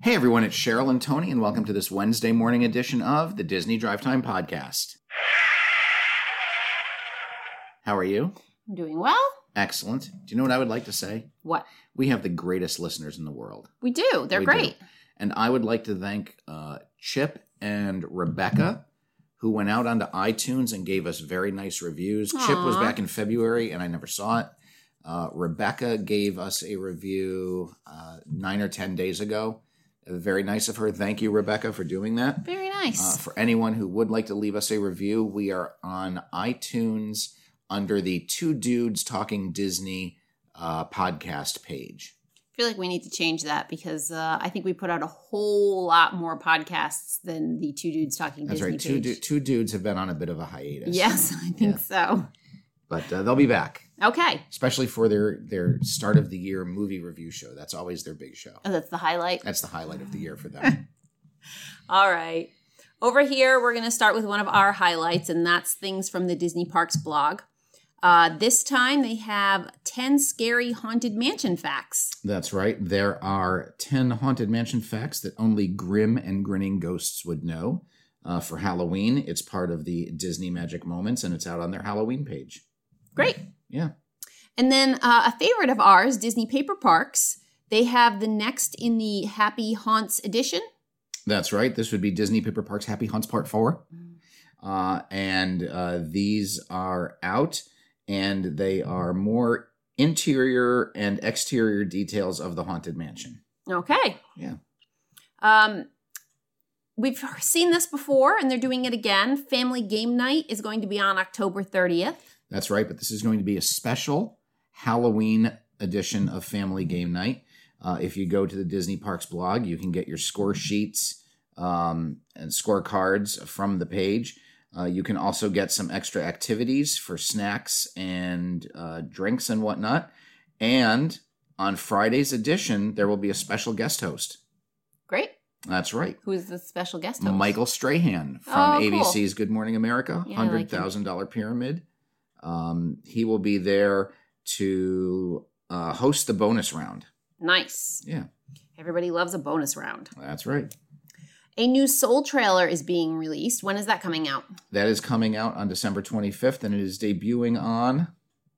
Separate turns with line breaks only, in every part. Hey everyone, it's Cheryl and Tony, and welcome to this Wednesday morning edition of the Disney Drive Time Podcast. How are you?
I'm doing well.
Excellent. Do you know what I would like to say?
What?
We have the greatest listeners in the world.
We do. They're
We do.
great.
And I would like to thank uh, Chip and Rebecca, who went out onto iTunes and gave us very nice reviews. Chip was
Aw.
back in February, and I never saw it. Uh, Rebecca gave us a review uh, nine or 10 days ago. Very nice of her. Thank you, Rebecca, for doing that.
Very
Uh,
nice.
for anyone who would like to leave us a review, we are on iTunes under the Two Dudes Talking Disney uh, podcast page.
I feel like we need to change that because uh, I think we put out a whole lot more podcasts than the two dudes talking
That's
Disney
right. Two, du-
page.
two dudes have been on a bit of a hiatus.
Yes, I think so.
But uh, they'll be back,
Okay.
especially for their, their start of the year movie review show. That's always their big show.
Oh, that's the highlight.
That's the highlight of the year for them.
All right. Over here, we're going to start with one of our highlights, and that's things from the Disney Parks blog. Uh, this time, they have 10 scary haunted mansion facts.
That's right. There are 10 Haunted Mansion facts that only grim and grinning ghosts would know. Uh, for Halloween, it's part of the Disney Magic Moments and it's out on their Halloween page.
Great.
Yeah.
And then uh, a favorite of ours, Disney Paper Parks. They have the next in the Happy Haunts edition.
That's right. This would be Disney Paper Parks Happy Hunts Part 4. Uh, and uh, these are out, and they are more interior and exterior details of the Haunted Mansion.
Okay.
Yeah.
Um, we've seen this before, and they're doing it again. Family game night is going to be on October 30th.
That's right, but this is going to be a special Halloween edition of Family Game Night. Uh, if you go to the Disney Parks blog, you can get your score sheets um, and scorecards from the page. Uh, you can also get some extra activities for snacks and uh, drinks and whatnot. And on Friday's edition, there will be a special guest host.
Great.
That's right.
Who is the special guest host?
Michael Strahan from
Oh, cool.
ABC's Good Morning America,
Yeah, I
hundred
like him.
thousand dollar pyramid. Um, he will be there to uh, host the bonus round.
Nice.
Yeah,
Everybody loves a bonus round.
that's right.
A new Soul trailer is being released. When is that coming out?
That is coming out on December twenty fifth, and it is debuting on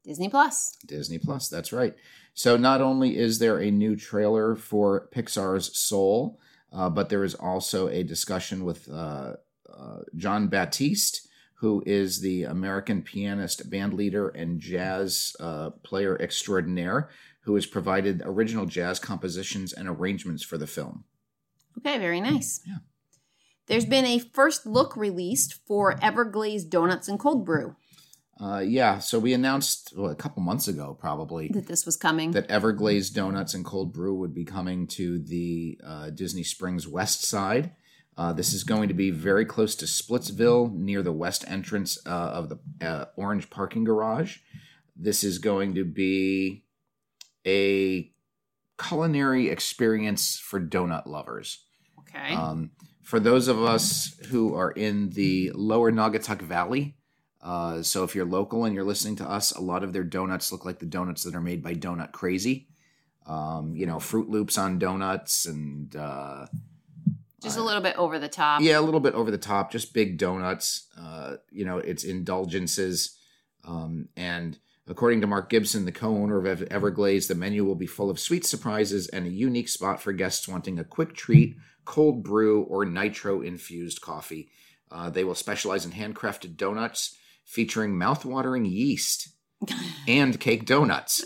Disney Plus.
Disney Plus. That's right. So not only is there a new trailer for Pixar's Soul, uh, but there is also a discussion with uh, uh, John Baptiste, who is the American pianist, band leader, and jazz uh, player extraordinaire, who has provided original jazz compositions and arrangements for the film.
Okay, very nice.
Mm, Yeah.
There's been a first look released for Everglazed Donuts and Cold Brew
Uh, yeah, so we announced well, a couple months ago, probably.
that this was coming.
that Everglazed Donuts and Cold Brew would be coming to the uh, Disney Springs West Side. Uh, this is going to be very close to Splitsville, near the west entrance uh, of the uh, Orange Parking Garage. This is going to be a culinary experience for donut lovers.
okay.
Um, for those of us who are in the lower Naugatuck Valley, uh, so if you're local and you're listening to us, a lot of their donuts look like the donuts that are made by Donut Crazy. Um, you know, Fruit Loops on donuts and uh,
Just a little bit over the top.
yeah, a little bit over the top, just big donuts. Uh, you know, it's indulgences. Um, and according to Mark Gibson, the co owner of Ev- Everglazed, the menu will be full of sweet surprises and a unique spot for guests wanting a quick treat, cold brew, or nitro infused coffee. Uh, they will specialize in handcrafted donuts featuring mouthwatering yeast and cake donuts.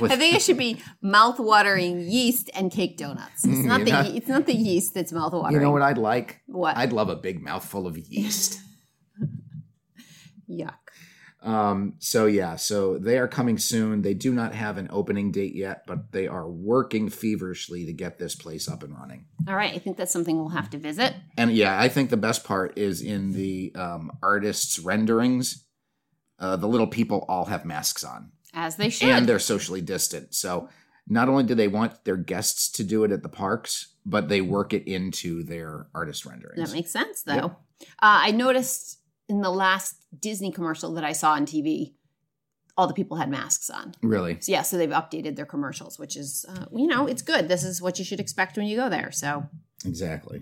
With-
I think it should be mouth-watering yeast and cake donuts. It's not the
You're not-
ye- it's not the yeast that's mouth-watering.
Mm, you know what I'd like?
What?
I'd love a big mouthful of yeast.
Yuck.
Um, so yeah, so they are coming soon. They do not have an opening date yet, but they are working feverishly to get this place up and running.
All right, I think that's something we'll have to visit.
And yeah, I think the best part is in the um, artists' renderings. Uh, the little people all have masks on,
As they should.
and they're socially distant. So not only do they want their guests to do it at the parks, but they work it into their artist renderings.
that makes sense though. Uh, I noticed in the last Disney commercial that I saw on TV, all the people had masks on.
Really?
So, yeah, so they've updated their commercials, which is, uh, you know, it's good. This is what you should expect when you go there. So,
Exactly.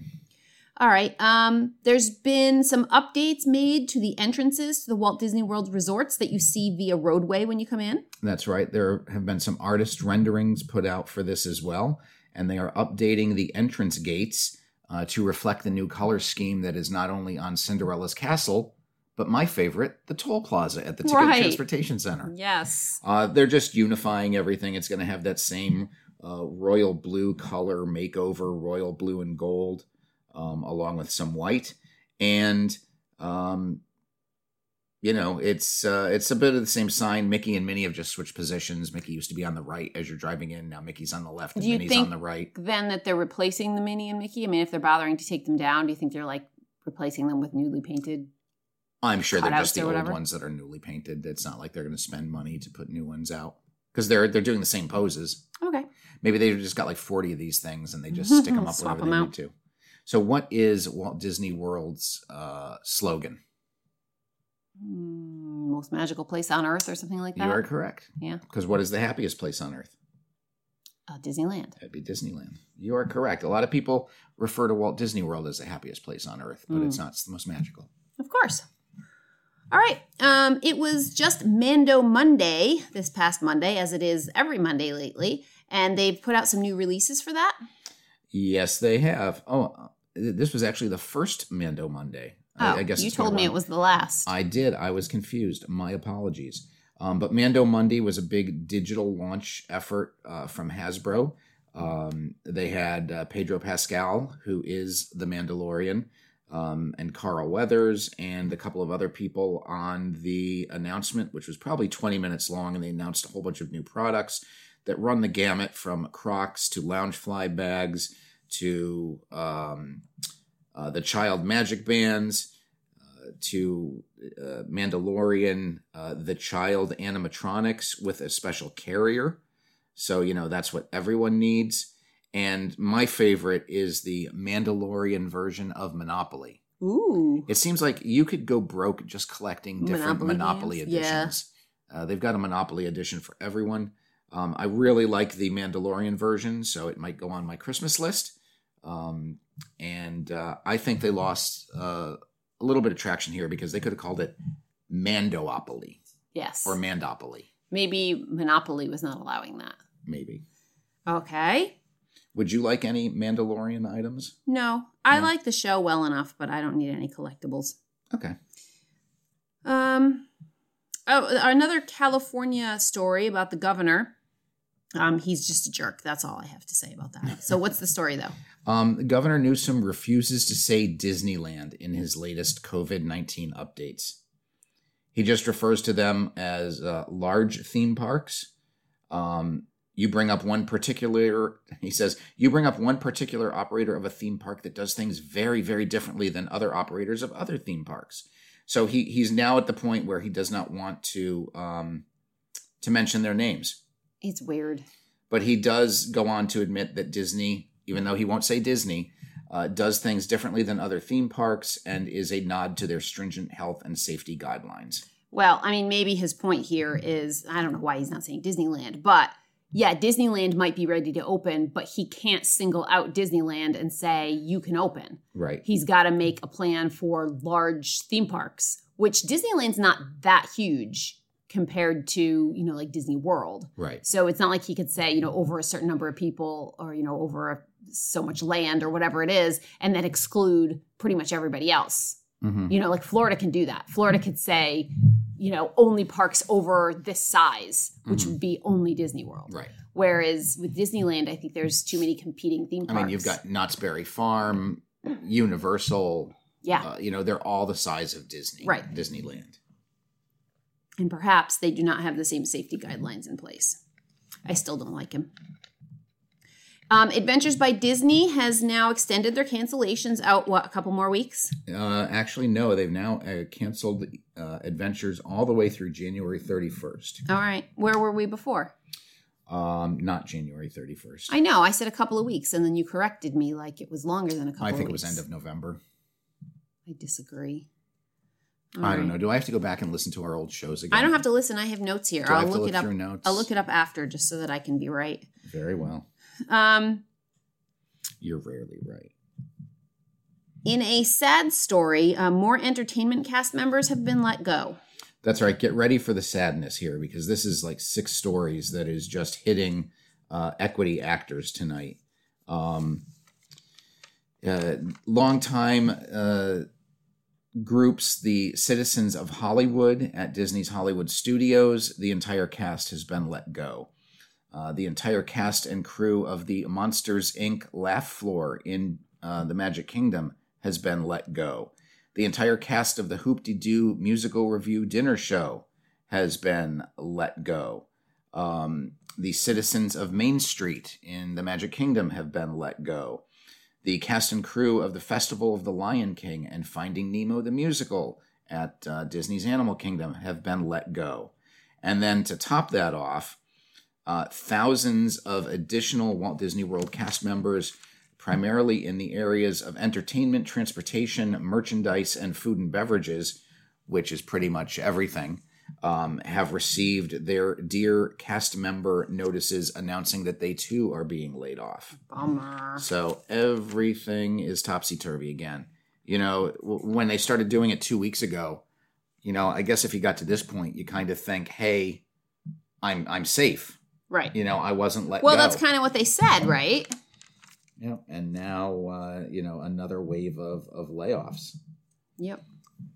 all right. Um, there's been some updates made to the entrances to the Walt Disney World resorts that you see via roadway when you come in.
That's right. There have been some artist renderings put out for this as well, and they are updating the entrance gates uh, to reflect the new color scheme that is not only on Cinderella's castle, but my favorite, the Toll Plaza at the Ticket
Right.
Transportation Center.
Yes.
Uh, they're just unifying everything. It's going to have that same uh, royal blue color makeover, royal blue and gold, um, along with some white, and um, you know, it's uh, it's a bit of the same sign. Mickey and Minnie have just switched positions. Mickey used to be on the right as you're driving in. Now Mickey's on the left and
Do you
Minnie's
think-
on the right.
Then that they're replacing the Minnie and Mickey. I mean, if they're bothering to take them down, do you think they're like replacing them with newly painted?
I'm sure they're
cutouts
just the
or
old
whatever?
ones that are newly painted. It's not like they're going to spend money to put new ones out because they're they're doing the same poses.
Okay.
Maybe they've just got like 40 of these things and they just stick them up
Swap
whenever
'em
they
out.
need to. So, what is Walt Disney World's uh, slogan?
Mm, most magical place on earth or something like that.
You are correct.
Yeah.
Because what is the happiest place on earth?
Uh, Disneyland.
That'd be Disneyland. You are correct. A lot of people refer to Walt Disney World as the happiest place on earth, but
Mm.
it's not. It's the most magical.
Of course. All right. Um, it was just Mando Monday this past Monday, as it is every Monday lately, and they've put out some new releases for that.
Yes, they have. Oh, uh, th- this was actually the first Mando Monday.
Oh,
I, I guess
you
it's been
told me
around.
it was the last.
I did. I was confused. My apologies. Um, but Mando Monday was a big digital launch effort uh, from Hasbro. Um, they had uh, Pedro Pascal, who is the Mandalorian, um, and Carl Weathers, and a couple of other people on the announcement, which was probably 20 minutes long. And they announced a whole bunch of new products that run the gamut from Crocs to Loungefly bags to um, uh, the Child Magic Bands to uh, Mandalorian, uh, the child animatronics with a special carrier. So, you know, that's what everyone needs. And my favorite is the Mandalorian version of Monopoly.
Ooh.
It seems like you could go broke just collecting different
Monopoly
Monopoly,
games? Yeah.
editions. Uh, they've got a Monopoly edition for everyone. Um, I really like the Mandalorian version, so it might go on my Christmas list. Um, and uh, I think they lost uh, a little bit of traction here because they could have called it Mandoopoly
Yes.
or Mandopoly,
Maybe Monopoly was not allowing that.
maybe.
Okay.
Would you like any Mandalorian items?
No, I
Yeah.
like the show well enough, but I don't need any collectibles.
Okay.
Um, oh, another California story about the governor. Um, he's just a jerk. That's all I have to say about that. So, what's the story though?
Um, Governor Newsom refuses to say Disneyland in his latest COVID 19 updates. He just refers to them as uh, large theme parks. Um, you bring up one particular, he says, you bring up one particular operator of a theme park that does things very, very differently than other operators of other theme parks. So he he's now at the point where he does not want to um, to mention their names
It's weird.
but he does go on to admit that Disney, even though he won't say Disney, uh, does things differently than other theme parks and is a nod to their stringent health and safety guidelines.
Well, I mean, maybe his point here is I don't know why he's not saying Disneyland, but yeah, Disneyland might be ready to open, but he can't single out Disneyland and say you can open.
Right.
He's got to make a plan for large theme parks, which Disneyland's not that huge compared to, you know, like Disney World.
Right.
So it's not like he could say, you know, over a certain number of people or, you know, over a, so much land or whatever it is, and then exclude pretty much everybody else.
Mm-hmm.
You know, like Florida can do that. Florida could say, you know, only parks over this size, which
Mhm.
would be only Disney World.
Right.
Whereas with Disneyland, I think there's too many competing theme
I
parks.
mean, you've got Knott's Berry Farm, Universal,
yeah.
uh, you know, they're all the size of Disney.
Right.
Disneyland.
and perhaps they do not have the same safety guidelines in place. I still don't like him. Um, Adventures by Disney has now extended their cancellations out what a couple more weeks.
Uh, actually, no, they've now uh, canceled uh, adventures all the way through January 31st.
All right, where were we before?
Um, not January 31st.
I know I said a couple of weeks, and then you corrected me like it was longer than a couple.
I think
of
it was
weeks.
end of November.
I disagree. All
I don't
right.
know. Do I have to go back and listen to our old shows again?
Um, I don't have to listen. I have notes here.
Do I
I'll
have to
look,
look
it up.
through notes?
I'll look it up after just so that I can be right.
Very well.
Um,
You're rarely right.
in a sad story, uh, more entertainment cast members have been let go.
That's right. Get ready for the sadness here because this is like six stories that is just hitting uh, equity actors tonight. Um, uh, longtime uh, groups, the Citizens of Hollywood at Disney's Hollywood Studios, the entire cast has been let go. Uh, the entire cast and crew of the Monsters Inc. Laugh Floor in uh, the Magic Kingdom has been let go the entire cast of the Hoop De Doo musical review dinner show has been let go. Um, the citizens of Main Street in the Magic Kingdom have been let go. The cast and crew of the Festival of the Lion King and Finding Nemo the musical at uh, Disney's Animal Kingdom have been let go. And then to top that off, uh, thousands of additional Walt Disney World cast members, primarily in the areas of entertainment, transportation, merchandise, and food and beverages, which is pretty much everything, um, have received their dear cast member notices announcing that they too are being laid off.
Bummer.
So everything is topsy turvy again. You know, w- when they started doing it two weeks ago, you know, I guess if you got to this point, you kind of think, "Hey, I'm I'm safe."
Right.
You know, I wasn't let
Well,
go.
that's kind of what they said, right?
yeah. And now, uh, you know, another wave of of layoffs.
Yep.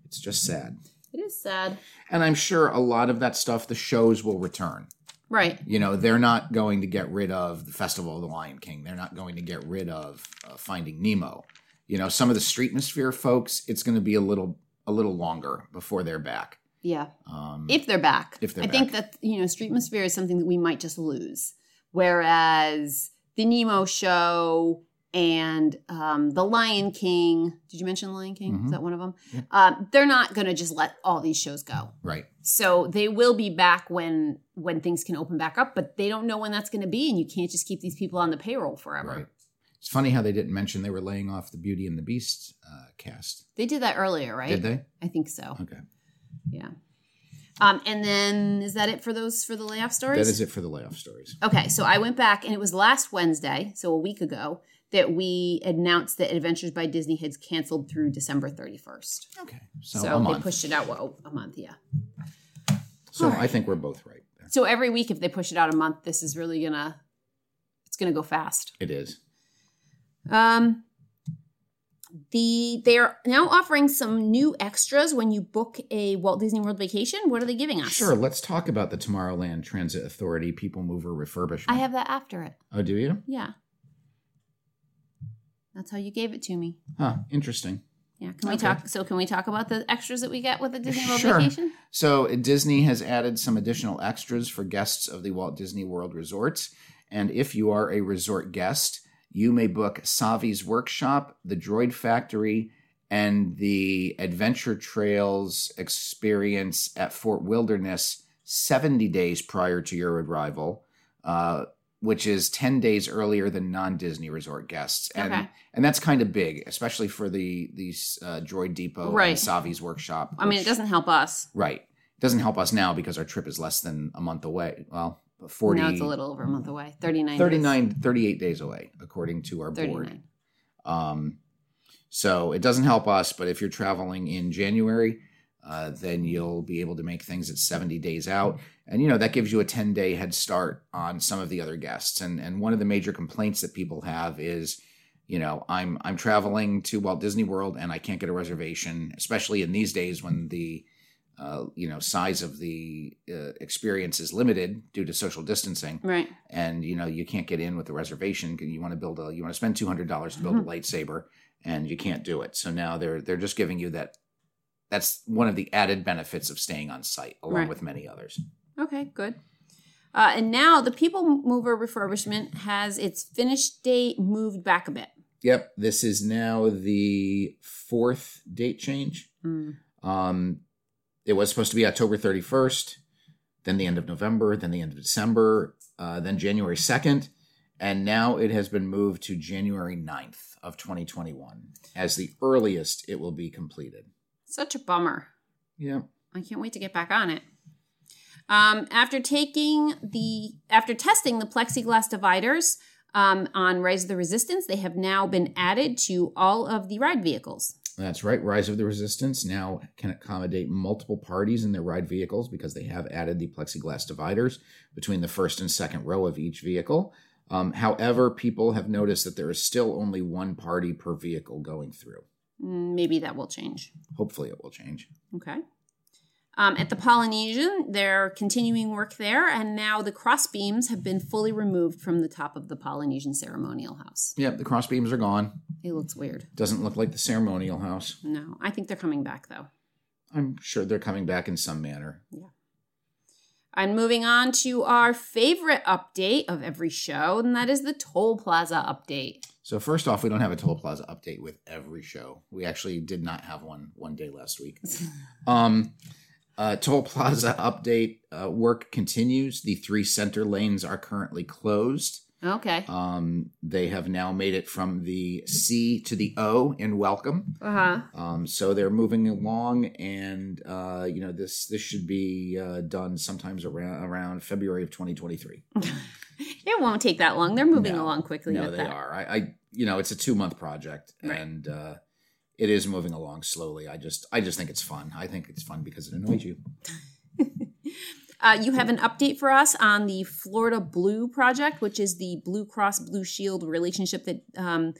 It's just sad.
It is sad.
And I'm sure a lot of that stuff, the shows will return.
Right.
You know, they're not going to get rid of the Festival of the Lion King. They're not going to get rid of uh, Finding Nemo. You know, some of the Streetmosphere folks, it's going to be a little a little longer before they're back.
Yeah.
Um,
If they're back.
If they're
I think that, you know, Streetmosphere is something that we might just lose. Whereas the Nemo show and um, the Lion King, did you mention Lion King?
Mhm.
Is that one of them?
Yeah.
Um, they're not going to just let all these shows go.
right,
So they will be back when when things can open back up, but they don't know when that's going to be, and you can't just keep these people on the payroll forever.
right. It's funny how they didn't mention they were laying off the Beauty and the Beast uh, cast.
They did that earlier, right?
Did they? Mm-hmm.
I think so.
Okay.
Yeah. Um, and then is that it for those for the layoff stories?
That is it for the layoff stories.
Okay, so I went back and it was last Wednesday, so a week ago, that we announced that Adventures by Disney had canceled through December 31st.
Okay. So,
So,
Oh, a
they
month.
pushed it out well, a month, yeah.
so
All right.
I think we're both right there.
So every week if they push it out a month, this is really going to it's going to go fast.
It is.
Um the they are now offering some new extras when you book a Walt Disney World vacation. What are they giving us?
Sure. Let's talk about the Tomorrowland Transit Authority People Mover refurbishment.
I have that after it.
oh, do you?
Yeah. That's how you gave it to me.
Huh. Interesting.
Yeah, can we
Okay.
talk? So, can we talk about the extras that we get with the Disney World
Sure.
vacation?
So Disney has added some additional extras for guests of the Walt Disney World resorts, and if you are a resort guest, you may book Savi's Workshop, the Droid Factory, and the Adventure Trails experience at Fort Wilderness 70 days prior to your arrival, uh, which is 10 days earlier than non-Disney resort guests. And
Okay.
and that's kind of big, especially for the these uh, Droid Depot
Right.
and Savi's Workshop.
I mean, it
which-
doesn't help us.
Right. It doesn't help us now because our trip is less than a month away. Well, 40,
now it's a little over a month away. Thirty-nine. days.
39, 38 days away, according to our board.
Thirty-nine.
Um, so it doesn't help us, but if you're traveling in January, uh, then you'll be able to make things at 70 days out. And, you know, that gives you a 10 day head start on some of the other guests. And, and one of the major complaints that people have is, you know, I'm, I'm traveling to Walt Disney World and I can't get a reservation, especially in these days when the, uh, you know, size of the uh, experience is limited due to social distancing
Right.
and you know you can't get in with the reservation 'cause you want to build a you want to spend two hundred dollars to build a lightsaber and you can't do it. So now they're they're just giving you that. That's one of the added benefits of staying on site, along
Right.
with many others.
Okay. Good. Uh, and now the People Mover refurbishment has its finish date moved back a bit.
Yep, this is now the fourth date change. Um, it was supposed to be October 31st, then the end of November, then the end of December, uh, then January 2nd, and now it has been moved to January 9th of 2021 as the earliest it will be completed.
Such a bummer.
Yeah.
I can't wait to get back on it. Um, after taking the after testing the plexiglass dividers um, on Rise of the Resistance, they have now been added to all of the ride vehicles.
That's right. Rise of the Resistance now can accommodate multiple parties in their ride vehicles because they have added the plexiglass dividers between the first and second row of each vehicle. Um, however, people have noticed that there is still only one party per vehicle going through.
Mm, Maybe that will change.
Hopefully, it will change.
Okay. Um, at the Polynesian, they're continuing work there, and now the cross beams have been fully removed from the top of the Polynesian ceremonial house.
Yep, the cross beams are gone.
It looks weird.
Doesn't look like the ceremonial house.
No, I think they're coming back though.
I'm sure they're coming back in some manner.
And moving on to our favorite update of every show, and that is the Toll Plaza update.
So first off, we don't have a Toll Plaza update with every show. We actually did not have one one day last week. Um, uh, Toll Plaza update uh, work continues. The three center lanes are currently closed.
okay.
Um, they have now made it from the C to the O in Welcome.
Uh huh.
Um, so they're moving along, and uh, you know this this should be uh, done sometimes around around February of 2023.
It won't take that long. They're moving
No.
along quickly.
No,
with
they
that.
are. I, I, you know, it's a two month project,
Right.
and uh, it is moving along slowly. I just, I just think it's fun. I think it's fun because it annoys you.
Uh, you have an update for us on the Florida Blue project, which is the Blue Cross Blue Shield relationship that um,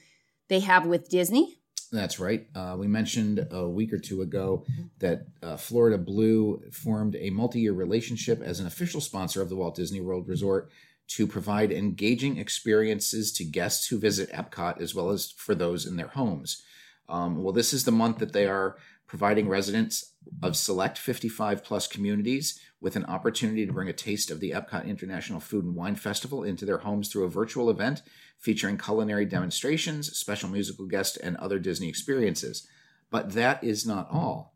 they have with Disney.
That's right. Uh, we mentioned a week or two ago that uh, Florida Blue formed a multi year relationship as an official sponsor of the Walt Disney World Resort to provide engaging experiences to guests who visit Epcot as well as for those in their homes. Um, well, this is the month that they are providing residents of select 55 plus communities with an opportunity to bring a taste of the Epcot International Food and Wine Festival into their homes through a virtual event featuring culinary demonstrations, special musical guests, and other Disney experiences. But that is not all.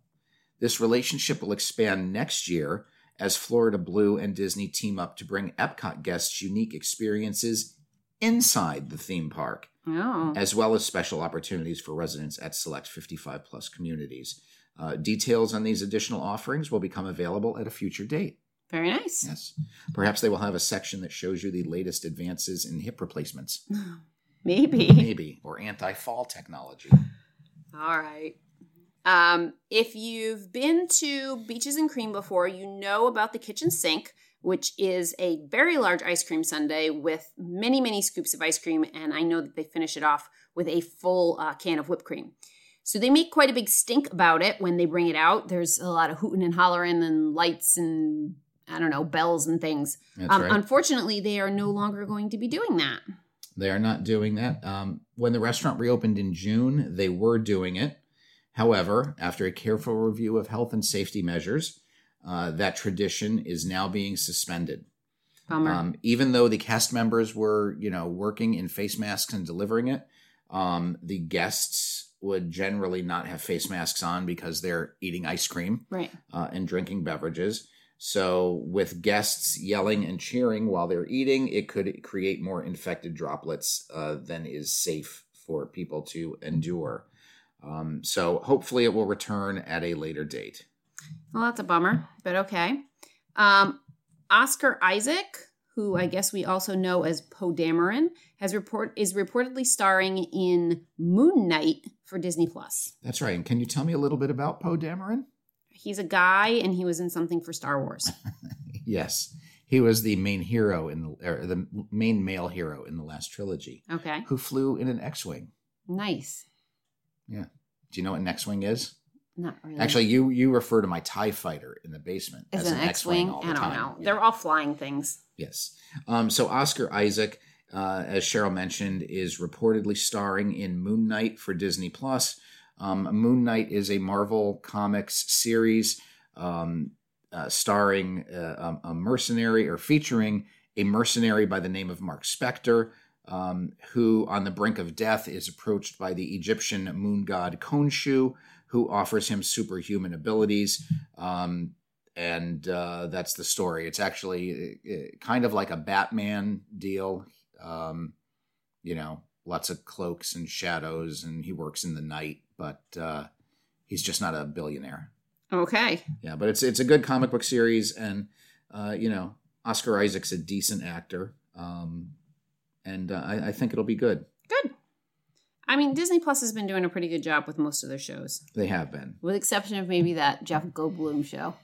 This relationship will expand next year as Florida Blue and Disney team up to bring Epcot guests unique experiences inside the theme park,
Oh,
as well as special opportunities for residents at select 55 plus communities. Uh, details on these additional offerings will become available at a future date.
very nice.
Yes. Perhaps they will have a section that shows you the latest advances in hip replacements
Maybe.
maybe or anti-fall technology
All right. Um, if you've been to Beaches and Cream before, you know about the kitchen sink, which is a very large ice cream sundae with many, many scoops of ice cream. And I know that they finish it off with a full uh, can of whipped cream. So they make quite a big stink about it when they bring it out. There's a lot of hooting and hollering and lights and I don't know, bells and things.
that's
Um,
right
Unfortunately, they are no longer going to be doing that.
they are not doing that um, when the restaurant reopened in june they were doing it however after a careful review of health and safety measures uh, that tradition is now being suspended
Bummer.
um, even though the cast members were you know working in face masks and delivering it um, the guests would generally not have face masks on because they're eating ice cream
right.
uh, and drinking beverages. So, with guests yelling and cheering while they're eating, it could create more infected droplets uh, than is safe for people to endure. Um, so, hopefully, it will return at a later date.
Well, that's a bummer, but okay. Um, Oscar Isaac, who I guess we also know as Poe Dameron, has report is reportedly starring in Moon Knight for Disney Plus.
That's right. And can you tell me a little bit about Poe Dameron?
He's a guy, and he was in something for Star Wars.
Yes, he was the main hero in the or the main male hero in the last trilogy,
Okay,
who flew in an X-wing.
nice.
Do you know what an X-wing is?
Not really.
Actually, you you refer to my Tie Fighter in the basement
as an X-wing,
all
I
the
don't
time.
know.
Yeah.
They're all flying things.
Yes. Um, so Oscar Isaac, uh, as Cheryl mentioned, is reportedly starring in Moon Knight for Disney Plus. Um, Moon Knight is a Marvel Comics series um, uh, starring uh, um, a mercenary or featuring a mercenary by the name of Mark Spector, um, who on the brink of death is approached by the Egyptian moon god Khonshu, who offers him superhuman abilities. Um, and uh, that's the story. It's actually uh, kind of like a Batman deal. Um, you know, lots of cloaks and shadows, and he works in the night, but uh, he's just not a billionaire.
Okay.
Yeah, but it's it's a good comic book series, and uh, you know Oscar Isaac's a decent actor, um, and uh, I, I think it'll be good.
Good. I mean, Disney Plus has been doing a pretty good job with most of their shows,
They have been.
with exception of maybe that Jeff Goldblum show.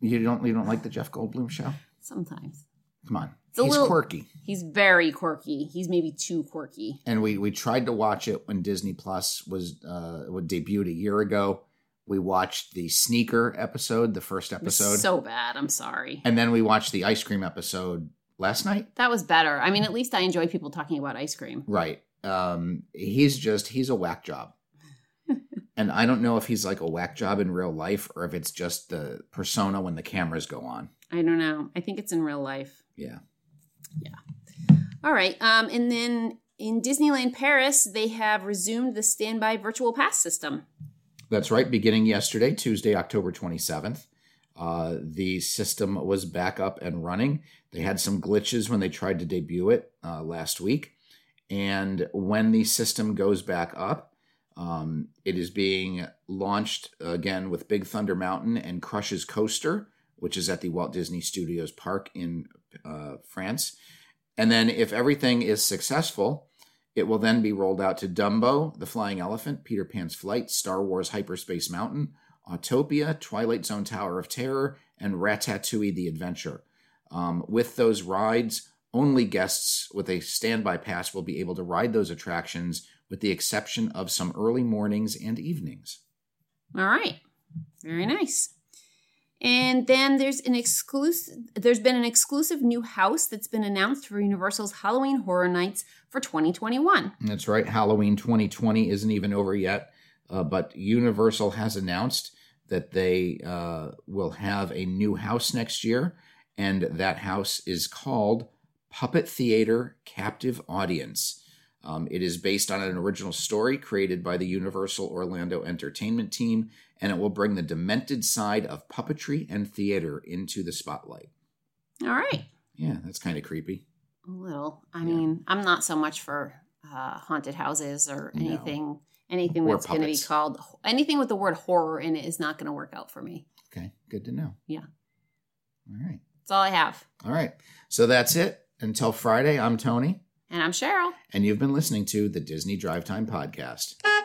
You don't you don't like the Jeff Goldblum show?
Sometimes
Come on,
It's a
he's
little-
quirky,
he's very quirky. He's maybe too quirky.
and we we tried to watch it when Disney Plus was uh, would debuted a year ago. We watched the sneaker episode, the first
It was
episode,
so bad. I'm sorry.
and then we watched the ice cream episode last night.
That was better. I mean, at least I enjoy people talking about ice cream.
Right. Um, he's just he's a whack job. and I don't know if he's like a whack job in real life or if it's just the persona when the cameras go on.
I don't know. I think it's in real life.
Yeah.
All right. Um, and then in Disneyland Paris, they have resumed the standby virtual pass system.
That's right. Beginning yesterday, Tuesday, October 27th, uh, the system was back up and running. They had some glitches when they tried to debut it uh, last week. And when the system goes back up, um, it is being launched again with Big Thunder Mountain and Crush's Coaster, which is at the Walt Disney Studios Park in uh, France. And then, if everything is successful, it will then be rolled out to Dumbo, The Flying Elephant, Peter Pan's Flight, Star Wars Hyperspace Mountain, Autopia, Twilight Zone Tower of Terror, and Ratatouille the Adventure. Um, with those rides, only guests with a standby pass will be able to ride those attractions, with the exception of some early mornings and evenings.
All right. Very nice. And then there's an exclusive there's been an exclusive new house that's been announced for Universal's Halloween Horror Nights for 2021.
That's right. Halloween 2020 isn't even over yet, uh, but Universal has announced that they uh, will have a new house next year, and that house is called Puppet Theater Captive Audience. Um, it is based on an original story created by the Universal Orlando Entertainment Team, and it will bring the demented side of puppetry and theater into the spotlight.
All right.
Yeah, that's kind of creepy.
A little. I
Yeah.
mean, I'm not so much for uh, haunted houses or
No.
anything. Anything
Or
that's going to be
puppets.
called anything with the word horror in it is not going to work out for me.
Okay, good to know.
Yeah.
All right.
That's all I have.
All right. So that's it. Until Friday, I'm Tony,
And I'm Cheryl.
and you've been listening to the Disney Drive Time Podcast.